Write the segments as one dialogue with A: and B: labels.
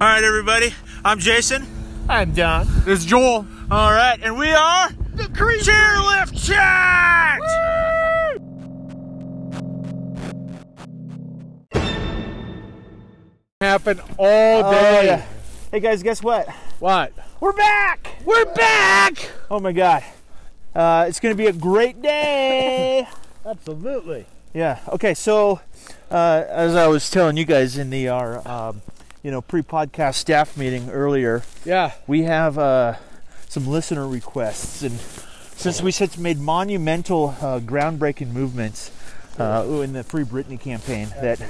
A: All right, everybody. I'm Jason.
B: I'm Don.
C: It's Joel.
A: All right, and we are
B: The Creature!
A: Chairlift Chat.
C: Happen all day.
B: Oh, yeah. Hey guys, guess what?
C: What?
B: We're back!
C: We're back.
B: Oh my god. Uh, it's gonna be a great day!
C: Absolutely.
B: yeah, okay, so uh, as I was telling you guys in the our um, you know pre podcast staff meeting earlier,
C: Yeah.
B: we have uh, some listener requests, and since we since made monumental, uh, groundbreaking movements uh, ooh, in the Free Britney campaign, that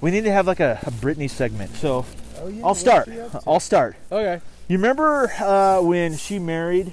B: we need to have like a, a Britney segment. So
C: Oh,
B: I'll start. I'll start.
C: Okay.
B: You remember uh, when she married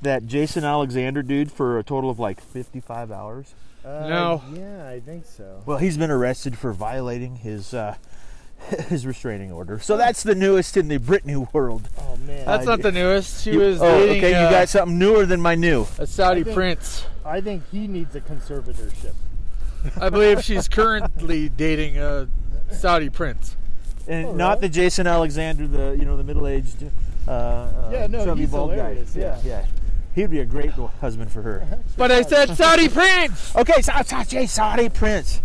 B: that Jason Alexander dude for a total of like 55 hours?
D: Uh,
C: No.
D: Yeah, I think so.
B: Well, he's been arrested for violating his. Uh, his restraining order. So that's the newest in the Britney world.
D: Oh man,
C: That's
B: I
C: not
B: did-
C: the newest. She
B: You-
C: was
B: oh,
C: dating
B: okay. You
C: uh,
B: got something newer than my new.
C: a Saudi
D: I think-
C: prince.
D: I think he needs a conservatorship.
C: I believe she's currently dating a Saudi prince.
B: and
D: Oh,
B: not
D: really?
B: the Jason Alexander, the you know the middle-aged, uh, uh,
D: Yeah, no,
B: chubby
D: he's
B: bald guy.
D: hilarious, yeah.
B: yeah, he'd be a great husband for her.
C: But I said Saudi prince.
B: Okay, so, so, Jay Saudi Prince.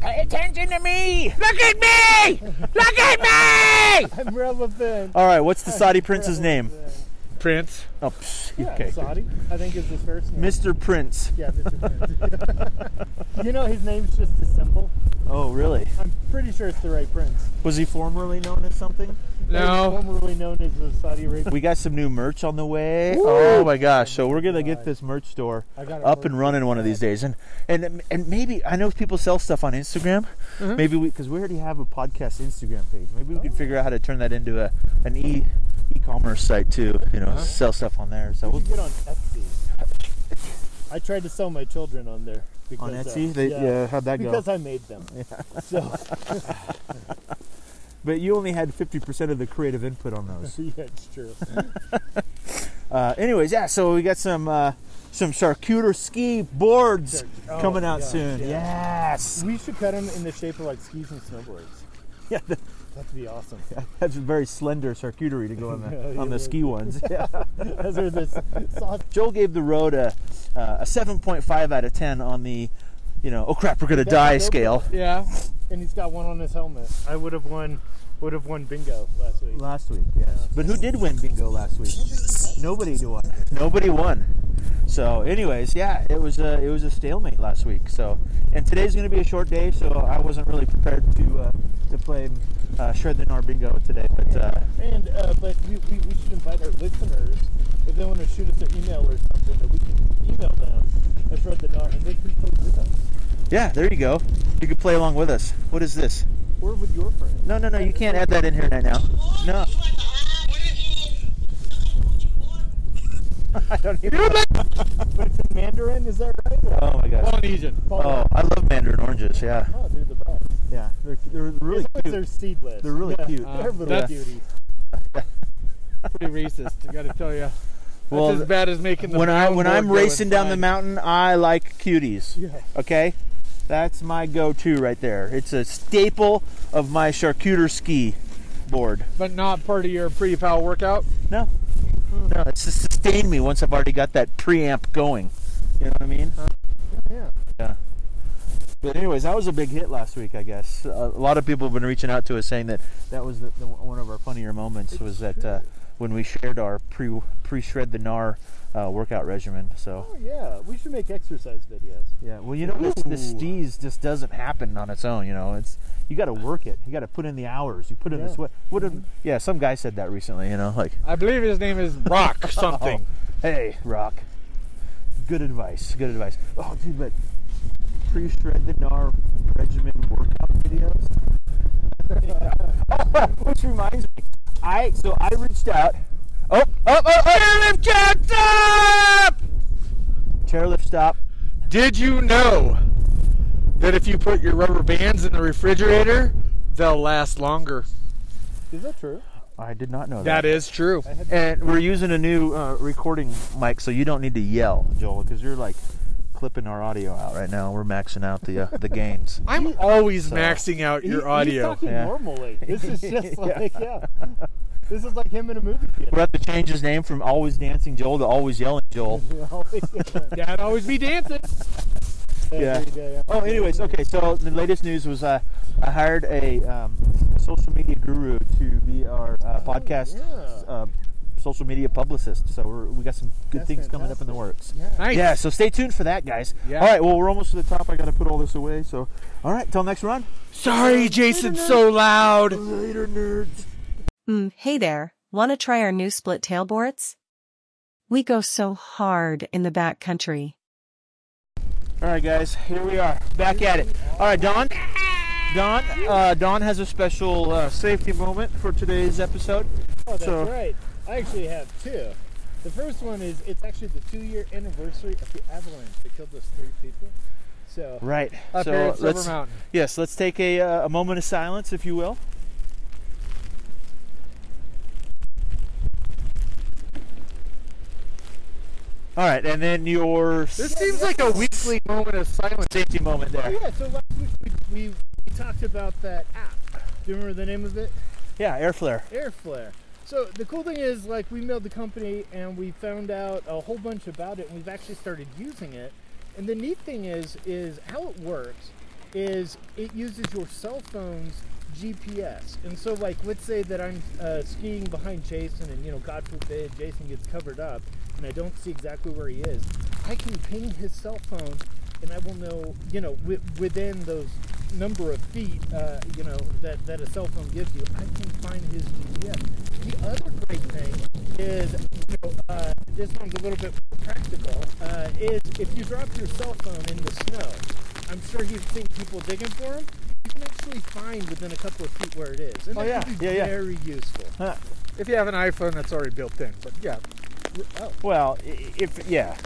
B: Pay attention to me! Look at me! Look at me!
D: I'm relevant.
B: All right, what's the Saudi Prince's name?
C: Prince.
B: Oh, psh,
D: Yeah,
B: okay,
D: Saudi. I think is his first name.
B: Mr. Prince.
D: yeah, Mr. Prince. you know his name's just a symbol.
B: Oh, really?
D: I'm pretty sure it's the right prince.
B: Was he formerly known as something?
D: He was
C: No.
D: formerly known as the Saudi Arabia.
B: We got some new merch on the way. Oh my gosh! So we're gonna get this merch store
D: I got it
B: up and
D: working.
B: running one of these days, and and and maybe I know people sell stuff on Instagram.
D: Mm-hmm.
B: Maybe we because we already have a podcast Instagram page. Maybe we could figure out how to turn that into a an e e-commerce site too. You know,
D: Uh-huh.
B: sell stuff on there. So
D: You
B: we'll,
D: should get on Etsy. I tried to sell my children on there. Because,
B: on
D: uh,
B: Etsy, they, yeah. how'd that go?
D: Because I made them. So
B: But you only had fifty percent of the creative input on those.
D: yeah, it's true.
B: Uh, anyways, yeah. So we got some uh, some charcuter ski boards
D: Oh,
B: coming out
D: yeah,
B: soon. Yes.
D: We should cut them in the shape of like skis and snowboards.
B: Yeah, the-
D: That'd be awesome.
B: That's a very slender charcuterie to go on the
D: Yeah,
B: on
D: you
B: the ski ones. Yeah.
D: Those are the s- soft
B: Joel gave the road a uh, a 7.5 out of 10 on the, you know, oh crap, we're gonna die
D: That's a
B: scale.
C: Yeah.
D: and he's got one on his helmet. I would have won, would have won bingo last week.
B: Last week, yes. But who did win bingo last week? Nobody won. Nobody won. So, anyways, yeah, it was a it was a stalemate last week. So, and today's gonna be a short day, so I wasn't really prepared to uh, to play uh, shred the gnar bingo today. But uh,
D: And uh, but we, we, we should invite our listeners if they want to shoot us their email or something that we can email them and throw the dart and they can play with us
B: yeah, there you go. You could play along with us. What is this?
D: or with your friends.
B: No, no, no. You can't add that in here right now. No. I don't even.
D: But it's in Mandarin, is that right?
B: Oh my gosh.
C: Polynesian.
B: Oh, I love mandarin oranges. Yeah.
D: Oh, they're the best.
B: Yeah, they're they're really
D: It's like They're seedless.
B: They're really
D: Yeah,
B: cute.
D: They're little
C: That's-
D: cuties.
C: Pretty racist. I gotta tell you.
B: Well,
C: That's as bad as making the
B: When I when
C: mountain
B: I'm
C: board go
B: racing down the
C: inside.
B: mountain, I like cuties.
D: Yeah.
B: Okay, that's my go-to right there. It's a staple of my charcuter ski board.
C: But not part of your pre pal workout.
B: No, no, it's to sustain me once I've already got that preamp going. You know what I mean?
D: Yeah.
B: Yeah. But anyways, that was a big hit last week. I guess a a lot of people have been reaching out to us saying that that was the, the, one of our funnier moments was that uh, when we shared our pre pre shred the gnar uh, workout regimen. So
D: Oh yeah. We should make exercise videos.
B: yeah, well you know this this
C: Ooh.
B: steez just doesn't happen on its own. You know it's you got to work it. You got to put in the hours. You put in the
D: Yeah.
B: sweat. What did- yeah, some guy said that recently. You know like
C: I believe his name is Rock something.
B: Hey, Rock. Good advice. Good advice. Oh, dude, but pre-shred the gnar regimen workout videos. oh, which reminds me, I so I reached out. Oh, oh, oh, oh! Chairlift chat stop. Chairlift stop.
C: Did you know that if you put your rubber bands in the refrigerator, they'll last longer?
D: Is that true?
B: I did not know that.
C: That is true.
B: And we're using a new uh, recording mic, so you don't need to yell, Joel, because you're like clipping our audio out right now. We're maxing out the uh, the gains.
C: I'm always
B: So-
C: maxing out
D: He-
C: your audio.
D: He's talking
B: Yeah.
D: normally. This is just
B: Yeah.
D: like, yeah. This is like him in a movie
B: We're
D: theater.
B: about to change his name from Always Dancing Joel to Always Yelling Joel.
C: Dad always be dancing.
B: Yeah.
D: Every day I'm
B: Oh, anyways, okay. So the latest news was uh, I hired a um, social media guru to be our uh, podcast
D: yeah.
B: uh, social media publicist. So we're, we got some good
D: That's
B: things coming up in the
D: fantastic.
B: works.
D: Yeah.
C: Nice.
B: Yeah. So stay tuned for that, guys.
C: Yeah.
B: All right. Well, we're almost to the top. I got to put all this away. So, all right. Till next run.
C: Sorry, Jason's so loud.
B: Later, nerds.
E: Mm, hey there, wanna try our new split tailboards? We go so hard in the backcountry.
B: All right, guys. Here we are, back at it. All right, Don. Don. Uh, Don has a special uh, safety moment for today's episode.
D: Oh, that's
B: So-
D: right. I actually have two. The first one is it's actually the two-year anniversary of the avalanche that killed those three people. So
B: Right.
C: Up
B: so
C: here at Silver
B: let's
C: Mountain.
B: yes, let's take a, uh, a moment of silence, if you will. All right, and then your
C: This seems like a weekly moment of silence.
B: safety moment
D: Oh,
B: there.
D: yeah, so last week we, we, we talked about that app. Do you remember the name of it?
B: Yeah, air flare.
D: Airflare. So the cool thing is, like, we mailed the company and we found out a whole bunch about it, and we've actually started using it. And the neat thing is, is how it works is it uses your cell phone's GPS. And so, like, let's say that I'm uh, skiing behind Jason, and you know, God forbid, Jason gets covered up, and I don't see exactly where he is. I can ping his cell phone, and I will know, you know, wi- within those number of feet, uh, you know, that, that a cell phone gives you, I can find his GPS. The other great thing is, you know, uh, this one's a little bit more practical, uh, is if you drop your cell phone in the snow, I'm sure you've seen people digging for them. You can actually find within a couple of feet where it is, and
B: Oh,
D: that
B: yeah,
D: can be
B: yeah, yeah.
D: very useful.
B: Huh.
C: If you have an iPhone, that's already built in. But yeah,
D: Oh,
B: Well, i- i- if yeah,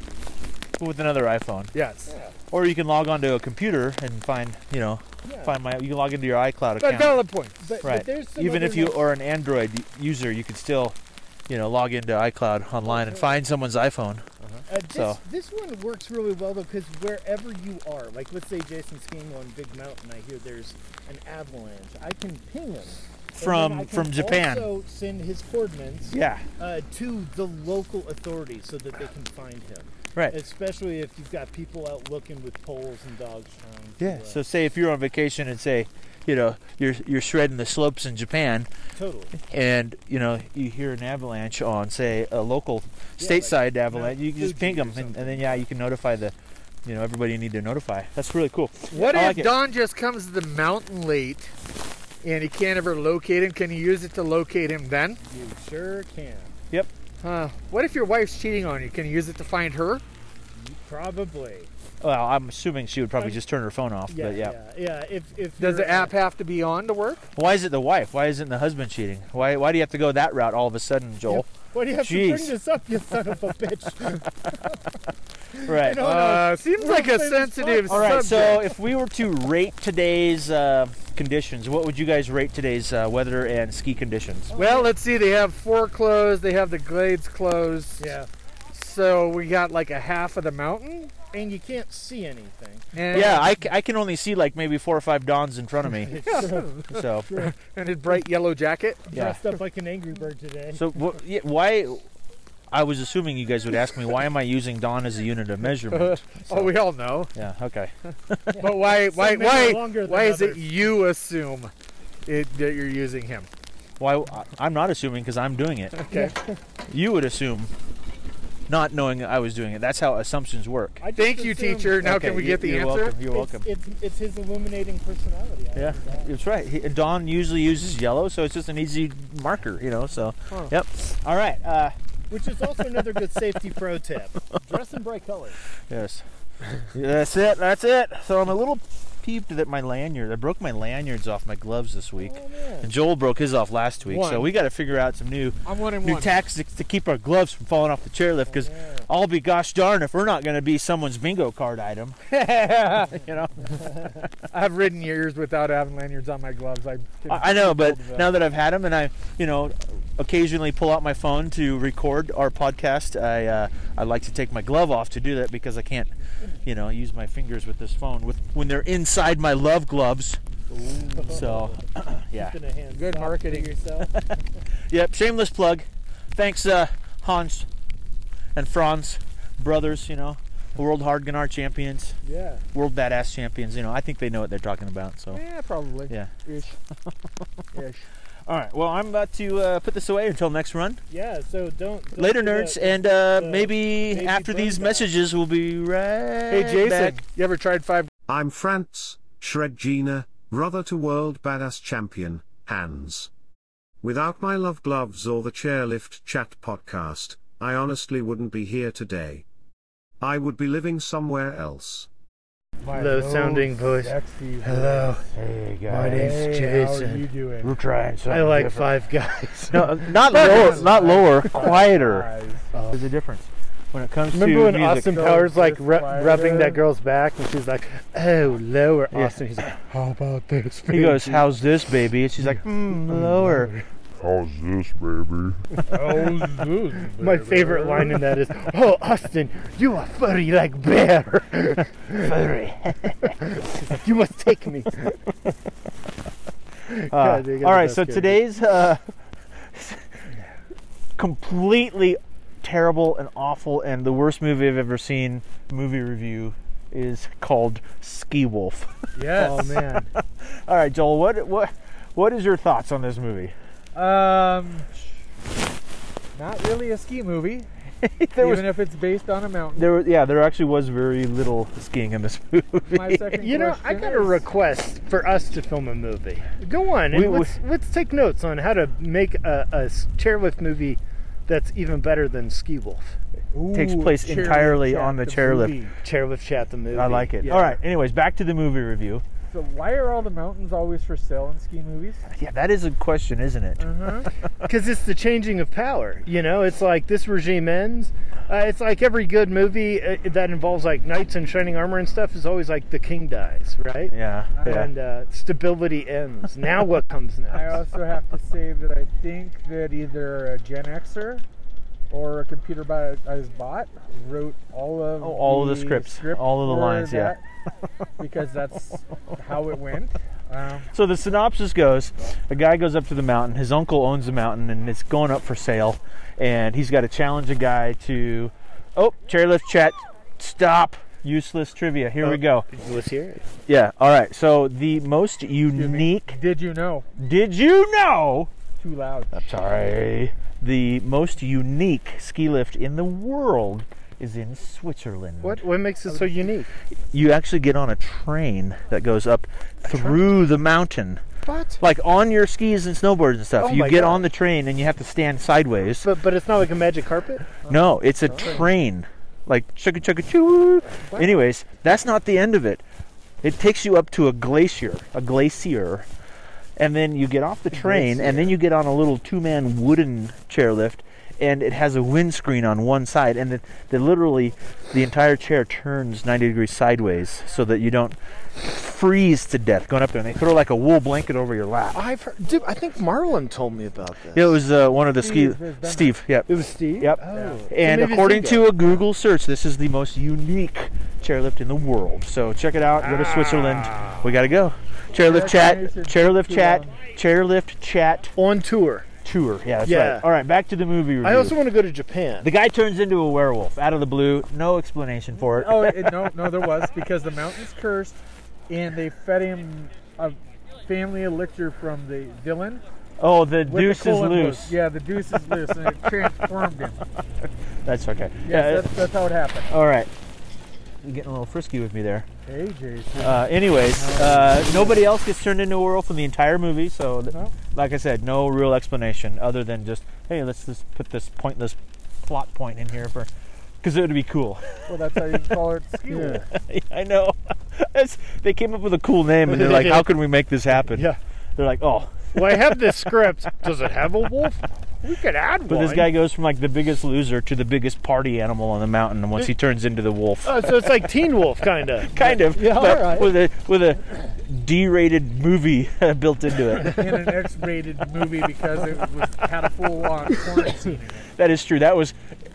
B: with another iPhone,
C: yes.
B: or you can log onto a computer and find you know
D: yeah.
B: find my you can log into your iCloud
C: But
B: account.
C: valid point.
D: But,
B: right.
D: but there's some
B: Even
D: other
B: if you
D: nice-
B: are an Android y- user, you can still you know log into iCloud online and find someone's iPhone.
D: Uh, this,
B: So-
D: this one works really well though because wherever you are, like let's say Jason's skiing on Big Mountain, I hear there's an avalanche. I can ping him and then
B: From-
D: I can
B: from Japan.
D: Also send his coordinates
B: Yeah.
D: uh, to the local authorities so that they can find him.
B: Right.
D: Especially if you've got people out looking with poles and dogs trying.
B: Yeah.
D: To, uh,
B: So say if you're on vacation and say, you know, you're you're shredding the slopes in Japan,
D: totally.
B: and you know you hear an avalanche on say a local
D: Yeah,
B: stateside
D: like
B: avalanche,
D: Mount
B: you can just ping
D: Fuji or
B: them, and,
D: something.
B: and then yeah, you can notify the, you know, everybody you need to notify. That's really cool.
C: What
B: I
C: if
B: like it.
C: Don just comes to the mountain late and he can't ever locate him? Can you use it to locate him then?
D: You sure can.
C: Huh. What if your wife's cheating on you? Can you use it to find her?
D: You probably.
B: Well, I'm assuming she would probably just turn her phone off.
D: Yeah.
B: but yeah.
D: Yeah. yeah. If if
C: Does
D: you're,
C: the app have to be on to work?
B: why is it the wife? Why isn't the husband cheating? Why why do you have to go that route all of a sudden, Joel?
D: Why do you have to
B: Jeez.
D: bring this up, you son of a bitch?
B: Right.
D: Oh, No, no,
C: Uh, seems
D: we're
C: like
D: gonna
C: a
D: play this
C: sensitive
B: All right. So
C: subject.
B: if we were to rate today's uh, conditions, what would you guys rate today's uh, weather and ski conditions?
C: well, let's see. They have four closed. They have the glades closed.
D: yeah.
C: So we got like a half of the mountain.
D: and you can't see anything.
C: And,
B: Yeah, I, c- I can only see like maybe four or five dons in front of me. so,
C: and his bright yellow jacket.
B: yeah.
D: Dressed up like an angry bird today.
B: So wh- yeah, why? I was assuming you guys would ask me why am I using don as a unit of measurement?
C: Oh, we all know.
B: Yeah. Okay.
C: But why? Why?
D: men are
C: Why?
D: longer than
C: Why is it
D: others.
C: you assume it, that you're using him?
B: Why? I- I'm not assuming because I'm doing it.
C: Okay.
B: You would assume, not knowing I was doing it. That's how assumptions work.
D: I just
C: Thank you,
D: assumed
C: teacher. Now
B: Okay,
C: can we
B: you-
C: get the
B: you're
C: answer?
B: Welcome. You're
D: It's,
B: welcome.
D: It's, it's his illuminating personality. I
B: Yeah,
D: like that.
B: that's right. He, Don usually uses yellow, so it's just an easy marker, you know. So,
C: Huh.
B: yep. All right. Uh,
D: Which is also another good safety pro tip. Dress in bright colors.
B: yes, that's it. That's it. So I'm a little peeved that my lanyard. I broke my lanyards off my gloves this week,
D: Oh, man.
B: and Joel broke his off last week. So
C: One.
B: we got to figure out some new
C: I'm one and
B: new
C: one. Oh,
B: tactics to keep our gloves from falling off the chairlift. Because I'll be gosh darn if we're not going to be someone's bingo card item. you know.
C: I've ridden years without having lanyards on my gloves. I, can-
B: I I know, but
C: hold it up.
B: now that I've had them and I, you know, occasionally pull out my phone to record our podcast. I uh, I like to take my glove off to do that because I can't, you know, use my fingers with this phone with when they're inside my love gloves. So, yeah.
D: Gonna hand
C: Good
D: stop for
C: marketing.
D: yourself.
B: Yep, shameless plug. Thanks, uh, Hans and Franz, brothers, you know, world hardganar champions,
D: yeah.
B: world badass champions. You know, I think they know what they're talking about. So,
C: Yeah, probably.
B: yeah.
C: Ish. Ish.
B: All right, well, I'm about to uh, put this away until next run.
D: Yeah. So don't. don't
B: Later,
D: do that.
B: nerds, and uh,
D: the
B: maybe
D: baby
B: after these
D: burn back.
B: messages, we'll be right
C: Hey, Jason,
B: back.
C: you ever tried five
F: I'm France, Shred Gina, brother to world badass champion, Hans. Without my love gloves or the chairlift chat podcast, I honestly wouldn't be here today. I would be living somewhere else.
D: Low sounding voice. Hello.
B: Hey,
D: My name's Jason.
B: We're trying something.
D: I like Five Guys.
B: No, not lower, not lower, quieter. There's a difference when it comes
D: Remember
B: to
D: when
B: music.
D: Austin Powers like ru- rubbing that girl's back and she's like, "Oh, lower, Austin." He's like, "How about this?"
B: He goes, "How's this, baby?" And she's like, "Hmm, lower."
G: How's this, baby?
D: My favorite line in that is, "Oh, Austin, you are furry like bear. furry. you must take me."
B: Uh,
D: God, they got
B: all
D: the
B: right,
D: best
B: so
D: characters.
B: today's uh, completely terrible and awful and the worst movie I've ever seen movie review is called Ski Wolf.
H: Yes.
D: Oh man.
B: All right, Joel, what what what is your thoughts on this movie?
H: Um, not really a ski movie,
B: There
H: even
B: was
H: if it's based on a mountain.
B: there was- yeah, there actually was very little skiing in this movie.
H: My second
D: You know, I
H: question
D: got a
H: is-
D: request for us to film a movie. Go on, and
B: We- we-
D: let's, let's take notes on how to make a, a s- chairlift movie that's even better than Ski Wolf.
B: takes
H: Ooh,
B: place
H: chairlift
B: entirely
H: chat,
B: on the chairlift.
H: movie.
D: Chairlift chat the movie.
B: I like it.
D: Yeah.
B: All right, anyways, back to the movie review.
H: So why are all the mountains always for sale in ski movies?
B: Yeah, that is a question, isn't it?
H: Uh-huh.
D: because it's the changing of power. You know, it's like this regime ends. Uh, it's like every good movie uh, that involves like knights and shining armor and stuff is always like the king dies, right?
B: Yeah. yeah.
D: And uh, stability ends. Now what comes
H: I
D: next?
H: also have to say that I think that either a Gen Xer or a computer by his bot wrote all of
B: Oh, all of the scripts,
H: script
B: all of the
H: for
B: lines, yeah.
H: that, because that's how it went. Um,
B: So the synopsis goes: a guy goes up to the mountain. His uncle owns the mountain, and it's going up for sale. And he's got to challenge a guy to, oh, chairlift chat, stop, useless trivia. Here
H: Oh.
B: we go.
D: Let's hear it.
B: Yeah. All right. So the most unique.
H: did you know?
B: Did you know?
H: Too loud.
B: Sorry. The most unique ski lift in the world is in Switzerland.
D: What what makes it so unique?
B: You actually get on a train that goes up through the mountain.
D: What?
B: like on your skis and snowboards and stuff.
D: Oh
B: you
D: my
B: get
D: gosh.
B: on the train and you have to stand sideways.
D: But but it's not like a magic carpet.
B: no, it's a train. Like chugga chugga choo. Anyways, that's not the end of it. It takes you up to a glacier, a glacier, and then you get off the train and then you get on a little two-man wooden chairlift and it has a windscreen on one side and then the, literally the entire chair turns 90 degrees sideways so that you don't freeze to death going up there and they throw like a wool blanket over your lap.
H: Oh,
D: I've heard, dude. I think Marlon told me about this.
B: Yeah, It was uh, one of the ski.
H: Steve has done
B: Steve, yep.
D: It was Steve.
B: Yep.
D: Oh.
B: And
D: maybe
B: according
D: Steve
B: to a Google search, this is the most unique chairlift in the world. So check it out. Go to Switzerland. We gotta go. Chairlift chat.
H: Congratulations.
B: Chairlift chat. Chairlift chat
D: on tour.
B: tour. Yeah, that's
D: Yeah.
B: right. All right, back to the movie review.
D: I also want to go to Japan.
B: the guy turns into a werewolf out of the blue. No explanation for it.
H: Oh it, no, no, there was because the mountain's cursed, and they fed him a family elixir from the villain.
B: Oh, the
H: with the
B: deuce is
H: colon
B: loose.
H: Yeah, the deuce is loose, and it transformed him. Yes,
B: That's okay. Uh,
H: that's, that's how it happened.
B: all right. You're getting a little frisky with me there.
H: Hey, Jason.
B: Uh, anyways, uh, nobody else gets turned into a werewolf in the entire movie, so th-
H: No.
B: like I said, no real explanation other than just hey, let's just put this pointless plot point in here for because it would be cool.
H: Well, that's how you call it ski wolf.
B: I know. It's, they came up with a cool name and they're like, how can we make this happen?
D: Yeah.
B: They're like, oh,
D: well, I have this script. Does it have a wolf? We could add
B: but
D: one.
B: this guy goes from like the biggest loser to the biggest party animal on the mountain once he turns into the wolf.
D: Oh, so it's like Teen Wolf, kind of.
B: kind of,
D: Uh, Yeah,
B: but
D: all right.
B: with a with a D-rated movie built into it.
H: in an X-rated movie because it was, had a full-on quarantine. in it.
B: That is true. That was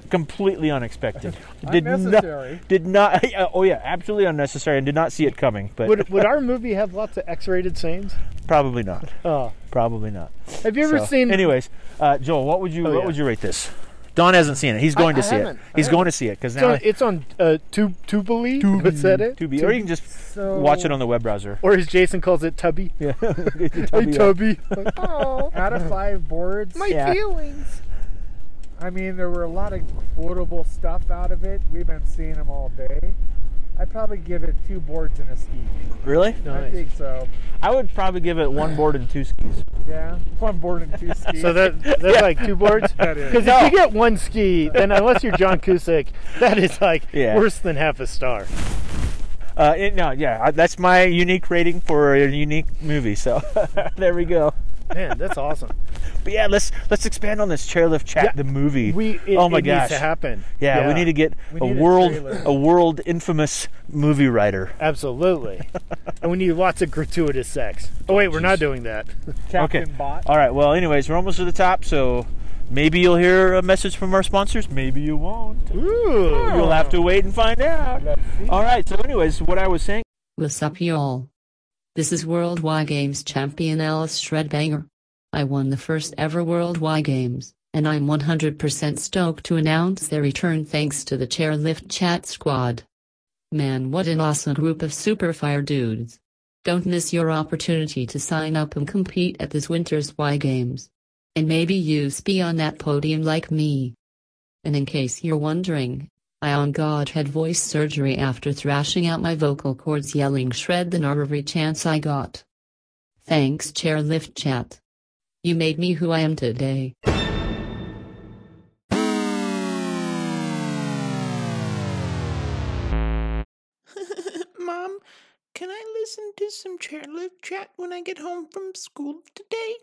B: completely unexpected.
H: Unnecessary.
B: Not, did not. Oh yeah, absolutely unnecessary, and did not see it coming. But
D: Would, would our movie have lots of X-rated scenes?
B: probably not.
D: Oh,
B: Probably not.
D: have you ever
B: So,
D: seen?
B: Anyways, uh, Joel, what would you
D: Oh,
B: what
D: yeah.
B: would you rate this? Don hasn't seen it. He's going
D: I
B: to see it.
D: haven't. I
B: He's going to see it because
D: it's
B: now
D: on, it's on uh, Tub Tubely. Is that it?
B: Tubi, or you can just
H: So-
B: watch it on the web browser.
D: Or as Jason calls it, Tubby.
B: Yeah.
D: Hey,
B: uh,
D: Tubby. Like, oh,
H: Out of five boards,
D: my
B: Yeah.
D: feelings.
H: I mean, there were a lot of quotable stuff out of it. We've been seeing them all day. I'd probably give it two boards and a ski.
B: Really?
H: I think so.
B: I would probably give it one board and two skis.
H: Yeah, one board and two skis.
D: So that that's like two boards.
H: That is.
D: Because if you get one ski, then unless you're John Cusick, that is like
B: Yeah.
D: worse than half a star.
B: Uh, it, no, yeah, I- that's my unique rating for a unique movie. So there we go.
D: Man, that's awesome.
B: But yeah, let's let's expand on this chairlift chat.
D: Yeah.
B: the movie.
D: We it,
B: oh my
D: it
B: gosh.
D: needs to happen.
B: Yeah, we need to get
H: We
B: a
H: need a
B: world
H: trailer.
B: a world infamous movie writer.
D: absolutely. and we need lots of gratuitous sex. Oh wait, we're not doing that.
H: Captain
B: okay.
H: Bot.
B: All right. Well, anyways, we're almost to the top, so maybe you'll hear a message from our sponsors. Maybe you won't.
D: Ooh.
B: You'll have to wait and find out.
H: Let's see.
B: All right. So, anyways, what I was saying.
I: What's up, y'all? This is World Y Games champion Alice Shredbanger. I won the first ever World Y Games, and I'm 100% stoked to announce their return thanks to the Chairlift Chat Squad. Man, what an awesome group of super fire dudes. Don't miss your opportunity to sign up and compete at this winter's Y Games. And maybe you be on that podium like me. And in case you're wondering, I on God had voice surgery after thrashing out my vocal cords yelling shred than every chance I got. Thanks chairlift chat. You made me who I am today.
J: Mom, can I listen to some chairlift chat when I get home from school today?